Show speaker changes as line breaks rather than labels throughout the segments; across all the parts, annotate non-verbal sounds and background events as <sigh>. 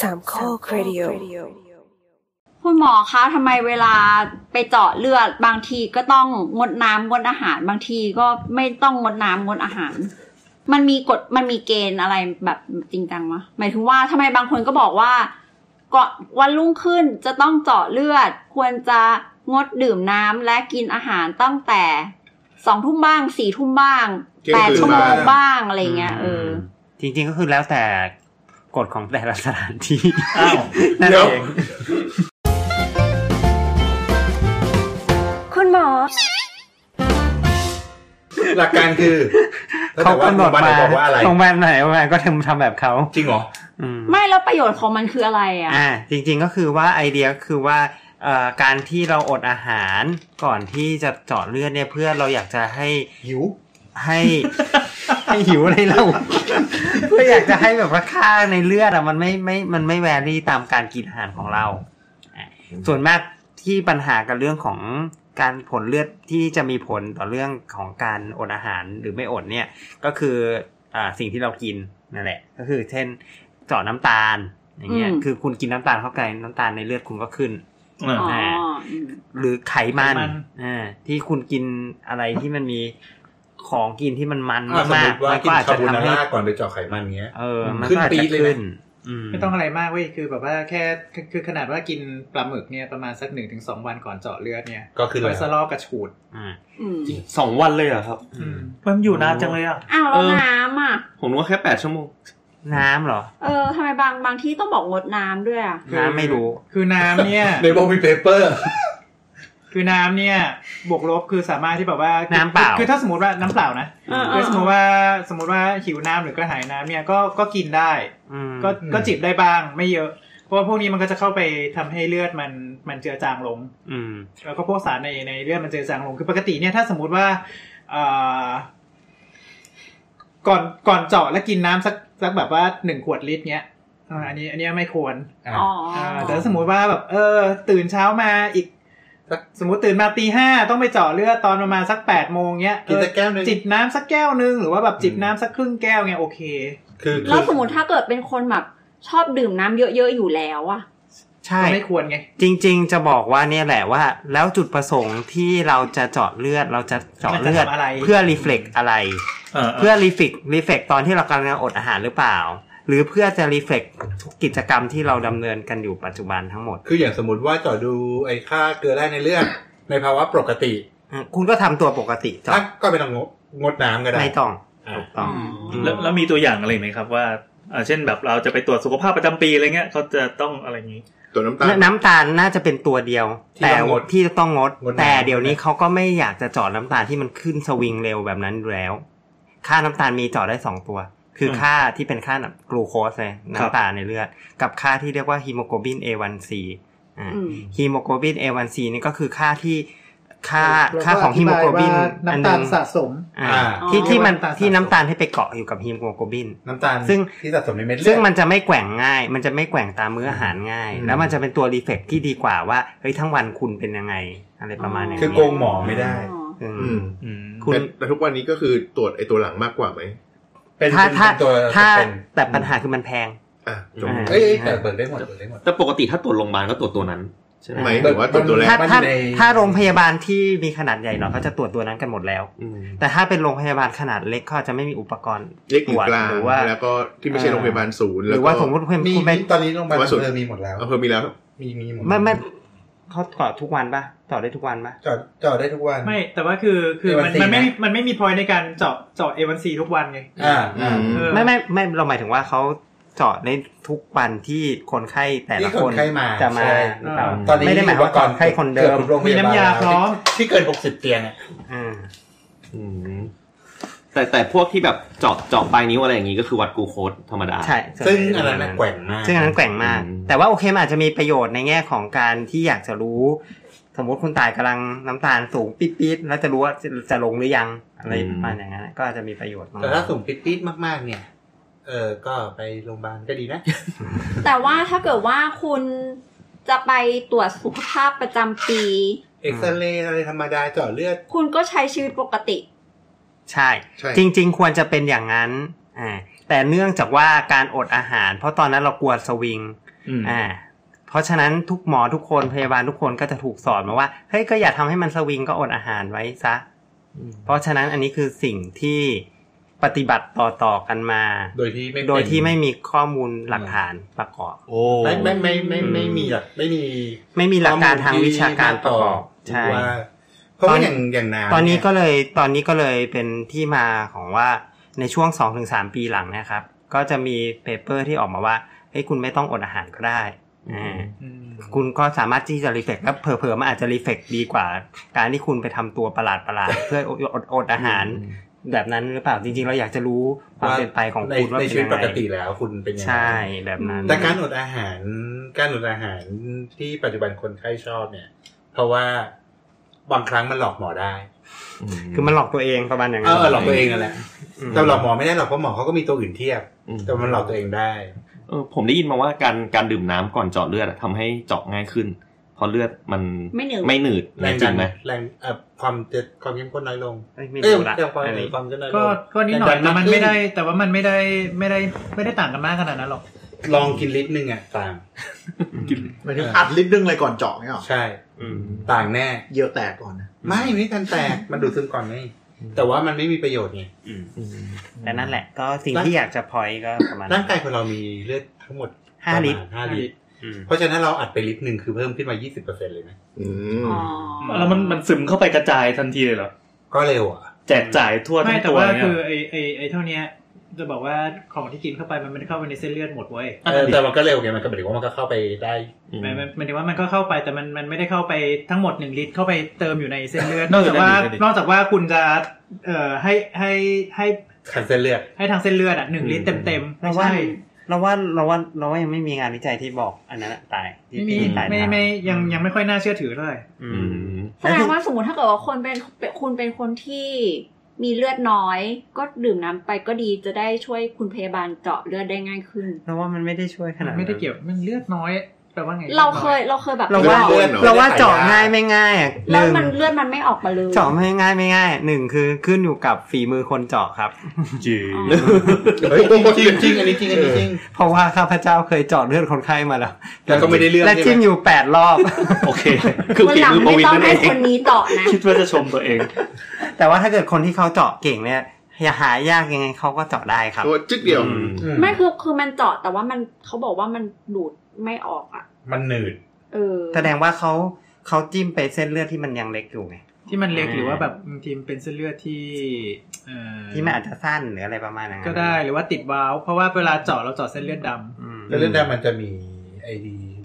สามข้อครดิโอ
คุณหมอคะทำไมเวลาไปเจาะเลือดบางทีก็ต้องงดน้ำงดอาหาร บางทีก็ไม่ต้องงดน้ำงดอาหาร มันมีกฎมันมีเกณฑ์อะไรแบบจริงจังมะหมายถึงว่าทำไมบางคนก็บอกว่าก่อนวันรุ่งขึ้นจะต้องเจาะเลือด ควรจะงดดื่มน้ำและกินอาหารตั้งแต่สองทุ่มบ้างสี่ทุ่มบ้าง
เที่ยง
แปด
คืน
ชั่วโมง
บ้าง
บ้างอะไรเงี้ยเอออ
จริงๆก็คือแล้วแต่กฎของแต่ละสถานที่
อ้าว
นั่น
เดี๋ยว
เอง
คุณหมอ
หลักการคือ
เขากำหนด
แล้วแต่ว่าโรงพยาบาลไหนบอกว่าอะไร
มาโรงพยาบาลไหนโรงพยาบาลก็ทำทำแบบเขา
จริงเหรอ
อืม
ไม่แล้วประโยชน์ของมันคืออะไรอ่ะ
อ่าจริงๆก็คือว่าไอเดียก็คือว่าเอ่อการที่เราอดอาหารก่อนที่จะเจาะเลือดเนี่ยเพื่อเราอยากจะให้
หิว
ให้ ให้หิวอะไรเราเพื่ออยากจะให้แบบว่าค่าในเลือดอะมันไม่ไม่มันไม่แวรี่ตามการกินอาหารของเราอ่ะส่วนมากที่ปัญหากับเรื่องของการผลเลือดที่จะมีผลต่อเรื่องของการอดอาหารหรือไม่อดเนี่ยก็คืออ่าสิ่งที่เรากินนั่นแหละ ก็คือเช่นเจาะน้ำตาลอย่างเงี้ย
อืม
คือคุณกินน้ำตาลเข้าไปน้ำตาลในเลือดคุณก็ขึ้น
อ่า
อ๋ออืม
หรือไขมัน
ไขมัน
อ่าที่คุณกินอะไรที่มันมีของกินที่มันมัน
อ่ะสม
มาม ก
ติ
ๆ
ว่า
มัน
กิ
ก็
น
อาจ
คา
จะ
โบ
ทำ
นา
ให้
ร่าก่อนไปเจาะไขมันเงี้ย
เออ
อืม
มัน
ขึ้น
ก็อาจ
ปี๊ด
จะ
เลยนะ
ขึ้นอืม
ไม่ต้องอะไรมากเว้ยคือแบบว่าแค่คือคือขนาดว่ากินปลาหมึกเนี่ยประมาณสักหนึ่งถึงสองวันก่อนเจาะเลือดเนี่ย
ก็คือ
ค
แล้
อ
ว
เลสเตอรอลกระฉูด
อ่า
อืม
สองวันเลยเหรอครับ
อืม
มันอยู่นานจังเลยอ่ะ
อ้าวแล้วน้ำอ่ะ
ผมนึกว่าแค่แปดชั่วโมง
น้ำเหรอ
เออทำไมบางบางที่ต้องบอกงดน้ำด้วยอ่ะ
น้ำไม่รู้
คือน้ำเนี่ย
ในบอมีเปเปอร์
คือน้ำเนี่ยบวกลบคือสามารถที่แบบว่าคือ
น้ำเปล่า
คือถ้าสมมติว่าน้ำเปล่านะ
อ่าๆ
คือสมมติว่าสมมติว่าหิวน้ำหรือกระหายน้ำเนี่ยก็ก็กินได้
อืม
ก็
อืม
ก็จิบได้บ้างไม่เยอะ เพราะว่าพวกนี้มันก็จะเข้าไปทำให้เลือดมันมันเจือจางลง
อืม
แล้วก็พวกสารในในเลือดมันเจอจางลง คือปกติเนี่ยถ้าสมมุติว่าเอ่อก่อนก่อนเจาะแล้วกินน้ำสักสักแบบว่าหนึ่งขวดลิตรเนี้ยอ่าอันนี้อันนี้ไม่ควร
อ๋อ
อ่าแต่ถ้าสมมุติว่าแบบเออ ตื่นเช้ามาอีก
สัก
สมมติตื่นมาตีห้าต้องไปเจาะเลือดตอนประมาณสักแปดโมงเนี้ย
กินแต่
เอ
แก้วหนึ
อง จิบน้ำสักแก้วหนึงหรือว่าแบบจิบ
อืม
น้ำสักครึ่งแก้วเงี้ยโอเค
คือคื
แล้ว
อ
สมมติถ้าเกิดเป็นคนแบบชอบดื่มน้ำเยอะๆอยู่แล้วอ่ะ
ใช่
ก็ไม่ควรไง
จริง ๆ จะบอกว่าเนี่ยแหละว่า แล้วจุดประสงค์ที่เราจะเจาะเลือดเราจะเจาะเลือด
มันจะทำอะไร
เพื่อรีเฟล็กอะไร เพื่อรีเฟกรีเฟกตอนที่เรากำลังอดอาหารหรือเปล่า หรือเพื่อจะรีเฟกทุกกิจกรรมที่เราดำเนินกันอยู่ปัจจุบันทั้งหมด
คืออย่างสมมติว่าเจาะดูไอ้ค่าเกลือแร่ในเลือด ในภาวะปกติ
อืมคุณก็ทำตัวปกติจอ
ถ้า
ด
ก็ไม่ต้องงดงดน้ำก็ได้
ไม่ต้อง
อ่า
ถูกต้อง
อืม
แล้วแล้วมีตัวอย่างอะไรไหมครับว่าอ่าเช่นแบบเราจะไปตรวจสุขภาพประจำปีอะไรเงี้ยเขาจะต้องอะไรอย่างงี้
ตัวน้ำตาล
น้ำตาลน่าจะเป็นตัวเดียว
ที่
แต่
ต้องงด
ที่จะต้องงด
งดน้ำ
แต่เดี๋ยวนี้เขาก็ไม่อยากจะเจาะน้ำตาลที่มันขึ้นสวิงเร็วแบบนั้นอยู่แล้ว ค่าน้ำตาลมีเจาะได้สองตัว คืออ
ม
ค่าที่เป็นค่าแบบกลูโคสเลย
ครับ
น้ำตาลในเลือด กับค่าที่เรียกว่าฮีโมโกลบิน A1C อ่า
อืม
ฮีโมโกลบิน A1C นี่ก็คือค่าที่ค่า
แล้ว
ค่าของฮีโมโกลบิน
อธิบายว่า
อันห
น้ำตา
นึ่
ล
ง
สะสม
อ่า
อ่า
ที่ที่มัน
เรียกว่า
ที่น้ำ
น้ำตาลสะสม
ตาลที่ไปเกาะอยู่กับฮีโมโกลบิน
น้ำตาล
ซึ่ง
ที่สะสมในเม็ดเลือด
ซึ่งมันจะไม่แกว่งง่าย มันจะไม่แกว่งตามมื้ออาหารง่าย
อืม
แล้วมันจะเป็นตัวรีเฟกที่ดีกว่าว่าเฮ้ยทั้งวันคุณเป็นยังไง อะไรประมาณนี้
คือโกงหมอไม่ได้
อ๋อ
อืม
อืม
อืม
คุณ
แต่แต่ทุกวันนี้ก็คือตรวจไอตัวหลังมากกว่าไหม
เป็น
ถ้าถ้า
เป็นตัว
ถ้า
เป็น
แต่ปัญหาคือมันแพง
อ่ะจบ
อ่า
เอ้ยเอ้ยแต่เบิกได้หมดเบิกได้หมด
แต่ปกติถ้าตรวจโรงพยาบาลก็ตรวจตัวนั้น ใช่ไหม
หมายถึงว่าตรวจตัวแร
ถ้ากถ้า
มันอยู่ใน
ถ้าโรงพยาบาลที่มีขนาดใหญ่หน่อยเขาจะตรวจตัวนั้นกันหมดแล้ว
อืม
แต่ถ้าเป็นโรงพยาบาลขนาดเล็กเขาอาจจะไม่มีอุปกรณ์
เล็กอ
ตร
ยู่
วจ
กลาง
หรือว่า
แล้วก็ที่ไม่ใช่โรงพยาบาลศูนย์
ห
แล้ว
รือ
ก็
ว่าสมมติคุณ
มี
คุณไป
ตอนนี้โรงพยาบาล
ว่าสุด
เออมีหมดแล้ว
อำเภอมีแล้ว
มีมีหมด
ไม่ไม่เขาต่อทุกวันปะต่อได้ทุกวันปะ
จอดจอดได้ทุกวัน
ไม่ แต่ว่าคือคือมัน
A1C
มันไม่
นะ
มันไม่มีพอยในการเจาะเจาะ A1C ทุกวันไง
อ่าอ่า
อืม
เออ
ไม่ไม่ไม่เราหมายถึงว่าเขาเจาะในทุกวันที่คนไข้แต่ละ
ที่
ค
คน นไข้มา
จะมา
ใช่
หรือเปล่า
ตอนนี้
ไม่ได้หมายว่า
อุปกร
ค
ณ์
นไข้คนเดิม
กือบทุกโรงพ
มี
ยาบาล
น้ำยาพร้อม
ที่เกิน 60 เตียงอะ
อ่า
อืมแต่แต่พวกที่แบบเจาะเจาะปลายนิ้วอะไรอย่างงี้ก็คือวัดกลูโคสธรรมดา
ใช่
ซึ่งอันนั้นนะแกว่งมาก
ซึ่งอันนั้นแกว่งมาก
อืม
แต่ว่าโอเคมันอาจจะมีประโยชน์ในแง่ของการที่อยากจะรู้ สมมติคุณตายกำลังน้ำตาลสูงปิดๆแล้วจะรู้ว่าจะจะลงหรือยังอะไรประมาณอย่างนั้นนะก็อาจจะมีประโยชน์มาก
แต่ถ้าสูงปิดปิดๆมาก ๆ เนี่ย เออ ก็ไปโรงพยาบาลก็ดีนะ
แต่ว่าถ้าเกิดว่าคุณจะไปตรวจสุขภาพประจำปี
เอ็กซเรย์อะไรธรรมดาเจาะเลือด
คุณก็ใช้ชีวิตปกติ
ใช่
ใช่
จริง ๆ ควรจะเป็นอย่างนั้นอ่าแต่เนื่องจากว่าการอดอาหาร เพราะตอนนั้นเรากลัวสวิง
อืม
อ่า เพราะฉะนั้นทุกหมอทุกคนพยาบาลทุกคนก็จะถูกสอนมาว่าเฮ้ยก็อย่าทำให้มันสวิงก็อดอาหารไว้ซะ เพราะฉะนั้นอันนี้คือสิ่งที่ปฏิบัติต่อต่อๆกันมา
โดยที่ไม่
โดยที่ไม่มีข้อมูลหลักฐานประกอบ
โอ้
ไม่ไม่ไม่ไม่ไม่มีหลักไม่มี
ไม่มีหลักการทางวิชาการประกอบใช่
ว่าเพราะว่าอย่างอย่างน้ำ
ตอนนี้ก็
เย
เลยตอนนี้ก็เลยเป็นที่มาของว่าในช่วง 2-3 ปีหลังเนะครับ ก็จะมีเปเปอร์ที่ออกมาว่าเฮ้ยคุณไม่ต้องอดอาหารก็ได้อ่าคุณก็สามารถที่จะรีเฟกแล้วเผลอๆมันอาจจะรีเฟกดีกว่า การที่คุณไปทำตัวประหลาดประหลา <laughs> ดๆเพื่ออดอดอดอาหาร แบบนั้นหรือเปล่าจริงๆ เราอยากจะรู้ความเป็นไปของ
ใน
คุณว่า
ใน
เป็น
ชีวิต
ยัง
ปก
ไง
ติแล้วคุณเป็นยังไง
ใช่แบบนั้น
แต่การอดอาหารการอดอาหารที่ปัจจุบันคนไข้ชอบเนี่ย เพราะว่าบางครั้งมันหลอกหมอได้
คือมันหลอกตัวเองประมาณอย่าง
เอ
นั้น
อหลอกตัวเองนั่นแหละ
ม
แต่หลอกหมอไม่ได้หรอกเพราะหมอเขาก็มีตัวอื่นเทียบ
อืม
แต่มันหลอกตัวเองได้
เออผมได้ยินมาว่าการการดื่มน้ำก่อนเจาะเลือดอะทำให้เจาะง่ายขึ้นเพราะเลือดมัน
ไม่หนืด
ไม่หนืด
แรง
จริ
ดั
ง
น
ไหม
แรงเอ่อความเจ็ดความเข้มข้นน้อยลง
เอ้ยไม่
เอ้ย
รู้ละ
แต่ความ
อันนี้
ความเข้มข้นน้อยลง
ก็ก็นิดหน่อย
แรง
แต่มัน
ขึ้
ไม่ได้ แต่ว่ามันไม่ได้ไม่ได้ไม่ได้ต่างกันมากขนาดนั้นหรอก
ลองกินลิตรหนึ่งอ่ะต่าง
หมายถึงอัดลิตรดึงเลยก่อนเจาะเนี่ยหรอ
ใช่
อืม
ต่างแน่
เยอะแตกก่อนนะ
ไม่ไม่ทันแตกมันดูดซึมก่อนไงแต่ว่ามันไม่มีประโยชน์ไง
แต่นั่นแหละ ก็สิ่ง
ร่าง
ที่อยากจะพอยก็ประมาณ
ร่างกายของเรามีเลือดทั้งหมด
ห้าลิตร
ประมณห้าลิตร เพราะฉะนั้นเราอัดไปลิตรหนึ่งคือเพิ่มขึ้นมา 20%เลยนะ
อืม
อ๋อ
แล้วมันมันซึมเข้าไปกระจายทันทีเลยเหรอ
ก็เร็วอ่ะ
แจกจ่ายทั่ว
ไม่
ทั้ง
แต่
ตัว
ว่า
เนี่ย
คือไอไอไอเท่าเนี้ยจะบอกว่าของที่กินเข้าไปมันไม่ได้เข้าไปในเส้นเลือดหมดเว้ย
เออแต่มันก็เร็วไงมันก็หมายถึงว่ามันก็เข้าไปได้
หมายมันหมายถึงว่ามันก็เข้าไปแต่มันมันไม่ได้เข้าไปทั้งหมดหนึ่งลิตรเข้าไปเติมอยู่ในเส้นเลือดนอกจากว่านอกจากว่าคุณจะเอ่อให้ให้ให้
ขันเส้นเลือด
ให้ทางเส้นเลือดอ่ะหนึ่งลิตรเต็มเต็มๆ
เรา
ไม่
ว่า
ใช่
เราว่าเราว่าเราว่ายังไม่มีงานวิจัยที่บอกอันนั้นอะตายที่
ไม่มี
ตาย
ไม่ไม่ยังยังไม่ค่อยน่าเชื่อถือเท่าไหร่
อื
อื
ม
ม
แสดงว่าสมมติถ้าเกิดว่าคนเป็นเป็นคุณเป็นคนที่มีเลือดน้อย ก็ดื่มน้ำไปก็ดีจะได้ช่วยคุณพยาบาลเจาะเลือดได้ง่ายขึ้น
เราว่ามันไม่ได้ช่วยขนาดนั้น
ไม่ได้เกี่ยวมันเลือดน้อยแปลว่าไง
เราเคยเราเคยแบบ
เราว่า
เจาะ
เลือดเหรอ
เราว่าเจาะง่ายไม่ง่ายอะห
แล้ว
นึ่ง
มันเลือดมันไม่ออกมาเลย
เจาะไม่ง่ายไม่ง่ายหนึ่งคือขึ้นอยู่กับฝีมือคนเจาะครับ
อ๋อ
เฮ้ยจริงจริงอันนี้จริงอันนี้จริง
เพราะว่าข้าพเจ้าเคยเจาะเลือดคนไข้มาแล้ว
แล้วก็ไม่ได้เรื่อง
และ
ใช่ไหม
จิ้มอยู่แปดรอบ <laughs>
โอเค
คือ
วัน
ฝี
หลัง
มือ
ไม่
ปวิน
ต้อง
นั่นเอ
ให้ค
ง
นนี้เจาะ
<laughs>
นะ
คิดว่าจะชมตัวเอง
แต่ว่าถ้าเกิดคนที่เขาเจาะเก่งเนี่ยอย่าหายากยังไงเขาก็เจาะได้ครับ
ตัวจึ๊กเดียว
อืม
ไม่คือคือมันเจาะแต่ว่ามันเขาบอกว่ามันดูดไม่ออกอ่ะ
มันหนืด
เออ
แสดงว่าเขาเขาจิ้มไปเส้นเลือดที่มันยังเล็กอยู่ไง
ที่มันเล็กหรือว่าแบบบางทีมันเป็นเส้นเลือดที่เอ่อ
ที่มันอาจจะสั้นหรืออะไรประมาณนั้น
ก็ได้หรือว่าติดวาล์วเพราะว่าเวลาเจาะเราเจาะเส้นเลือดดำ
อืม
แล้วเลือดดำมันจะมีไอ้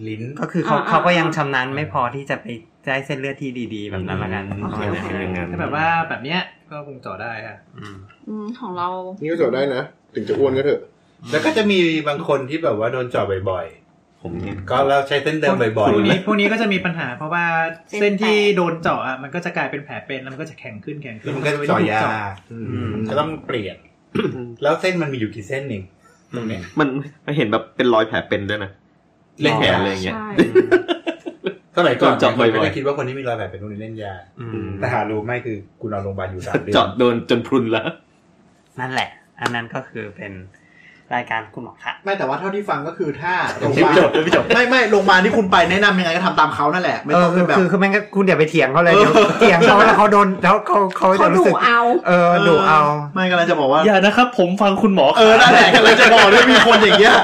ลิ้น
ก็คือเขา
อ่า
เขาก็ยังชำนาญไม่พอที่จะไปได้เส้นเลือดที่ดีๆ แบบนั้นละกัน
อืม
ประมาณนั้น
อย่างนั้น
ถ้าแบบว่าแบบเนี้ยก็คงเจาะได้อะ
อืม
อืมของเรา
นี่ก็จบได้นะ ถึงจะอ้วนก็เถอะ
แล้วก็จะมีบางคนที่แบบว่าโดนเจาะบ่อย
ผมเนี่ย
ๆ ก็เราใช้เส้นเดิมบ่อย
พวกนี้
ๆ
พวกนี้ก็จะมีปัญหาเพราะว่าเส้นที่โดนเจาะอะมันก็จะกลายเป็นแผลเป็นแล้วมันก็จะแข็งขึ้นแข็งขึ้
แล้ว
น
มันก็จะเจ่อยา
เ
ก็ต้องเปลี่ยน
<coughs>
แล้วเส้นมันมีอยู่กี่เส้นหนึ่งตรงเนี้ย
มันมันเห็นแบบเป็นรอยแผลเป็นด้วยนะเล่นแผลอะไรอย่างเงี้ย
ใช่
สมัยก่อน
เจาะบ่อยๆ
ไม่ได้คิดว่าคนที่มีรอยแผลเป็นพวกนี้เล่นยา
อืม
แต่หารู้ไหม่คือกูนอนโรงพยาบาลอยู่สามเดือน
เจาะโดนจนพรุนแล้ว
นั่นแหละ อันนั้นก็คือเป็นรายการคุณหมอค่ะ
ไม่แต่ว่าเท่าที่ฟังก็คือถ้าโรงพ
ไม่
ยาบาล
จบไม่จบ
ไม่ไม่โรงพยาบาลที่คุณไปแนะนำยังไงก็ทำตามเขานั่นแหละ ไม่
เอ
ต้
อ
อง
คือน
เป็แบบ
คือคือไม่งั้นคุณอย่าไปเถียงเขาเลยเดี๋ยวเถียงเขาแล้วเขาโดนแล้วเขาเขา
เขา
จะ
ดู
รู้สึก
เอา
เออดูเอา
ไม่กำลังจะบอกว่า
อย่านะครับ ผมฟังคุณหมอ
เออนั่นแหละกำลังจะบอกด้วยมีคนอย่างเงี้ย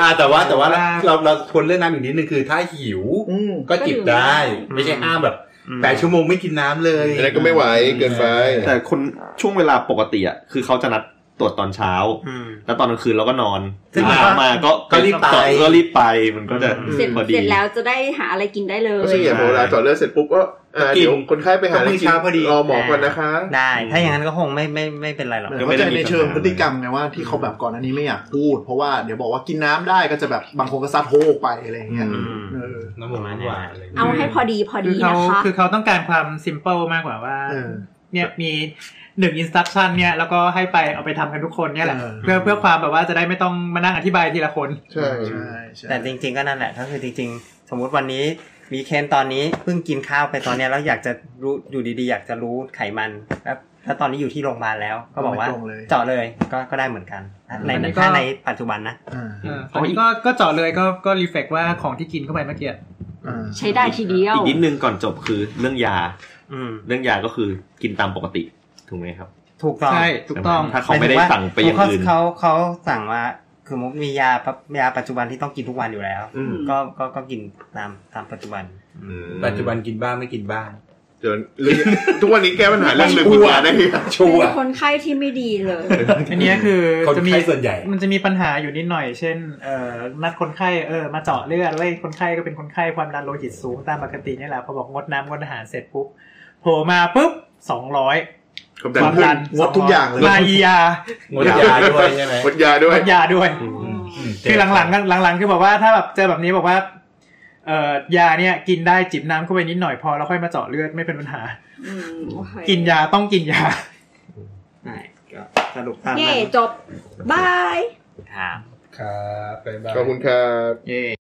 อ่าแต่ว่าแต่ว่า
แต่ว่า
เราเราควรเลือกน้ำอีกนิดนึงคือถ้าหิว
อืม
ก็จิบได้
ก็ดื่มได้
ไม่ใช่ห้ามแบบแปดชั่วโมงไม่กินน้ำเลย
อะไรก็ไม่ไหวเกินไป
แต่คนช่วงเวลาปกติอ่ะคือเขาจะนัดตรวจตอนเช้า
อืม
แล้วตอนกลางคืนเราก็นอน
ซึ่ง
เช้ามาก็
ก็รีบไป
เจาะก็รีบไปมันก็จะ
อืม
เสร็จ
พอดี
เสร็จแล้วจะได้หาอะไรกินได้เลย
ก็เฉลี่ยเวลาเจาะเลือดเสร็จปุ๊บก็อ่า
กิน
เดี๋ยวคนไข้ไปหาอะไร
ต้องมี
กิน
เช้าพอดี
รอหมอก่อนนะคะ
ได้ ถ้าอย่างนั้นก็คงไม่ไม่ไม่เป็นไรหรอก
เข้าใจในเชิงพฤติกรรมไงว่าที่เขาแบบก่อนอันนี้ไม่อยากพูด เพราะว่าเดี๋ยวบอกว่ากินน้ำได้ก็จะแบบบางคนก็ซัดโฮกไปอะไรอย่างเงี้ย
อืม
เออ
น้ำหมูน้ำหวานอะไร
เอาให้พอดีพอ
คื
ดี
อเขา
นะคะ
คือเขาต้องการความซิมเ l ิลมากกว่าว่า
เออ
เนี่ยมีหนึ่งอินสตั t ชั่นเนี่ยแล้วก็ให้ไปเอาไปทำกันทุกคนเนี่ยแหละ
เออ
เพื่อเพื่อความแบบว่าจะได้ไม่ต้องมานั่งอธิบายทีละคน
ใช่
ใช่ใช่
แต่จริงๆ ก็นั่นแหละก็คือจริงๆ สมมุติวันนี้วีเคนตอนนี้เพิ่งกินข้าวไปตอนเนี้ยแล้วอยากจะรู้อยู่ดีๆ อยากจะรู้ไขมันแล้ว ถ้าตอนนี้อยู่ที่โรงพยาบาลแล้ว ก็บอกว่า
ก็ไม่ตรงเลย
เจาะเลยก็ก็ได้เหมือนกันใน
อันนี้ก็
ถ้าในปัจจุบันนะ
อ่า
เออตอนนี้ก็ก็เจาะเลยก็ก็รีเฟกว่าของที่กินเข้าไปเมื่อกี้
อ่า
ใช้ได้ทีเดียว
อีกนิดนึงก่อนจบคือเรื่องยา
อืม
เรื่องยาก็คือกินตามปกติถูกไหมครับ
ถูกต้อง
ใช่ ถูกต้อง
ถ้าเขาไม่ได้สั่งไปอย่างอื่น
เขาเขาสั่งว่าคือมุกมียาปั๊บยาปัจจุบันที่ต้องกินทุกวันอยู่แล้ว
อืม
ก็ก็ก็กินตามตามปัจจุบัน
อืม
ปัจจุบันกินบ้างไม่กินบ้าง
เดี๋ยวลืมทุกวันนี้แก้ปัญหาเรื่องลืมกุญแจได้ไหม
ชัว
เป็
ร์
นคนไข้ที่ไม่ดีเลย
อันเนี้ยคือ
คน
จะมี
ไข้ส่วนใหญ่
มันจะมีปัญหาอยู่นิดหน่อย เช่นเอ่อนัดคนไข้เออมาเจาะเลือดเว้ยคนไข้ก็เป็นคนไข้ความดันโลหิตสูงตามปกตินี่แหละพอบอกงดน้ำงดอาหารเสร็จปุ๊บโผล่มาปุ๊บสองร้อย
ความ
ความ
ดั
ดั
น
น
งดทุกอย่างเลย
มาอียาง
ดยาด้วยใช่ไหม
กดยาด้วย
งดยาด้วย คือหลังๆก็หลังๆคือบอกว่าถ้าแบบเจอแบบนี้บอกว่าเอ่อยาเนี่ยกินได้จิบน้ำเข้าไปนิดหน่อยพอแล้วค่อยมาเจาะเลือดไม่เป็นปัญหา
อืมโอเค
กินยาต้องกินยา
ใช่ก็สรุปตาม
เย่
นั้น
จบ บาย
ครับ
ครับบ๊ายบาย
ขอบคุณครับ
เย่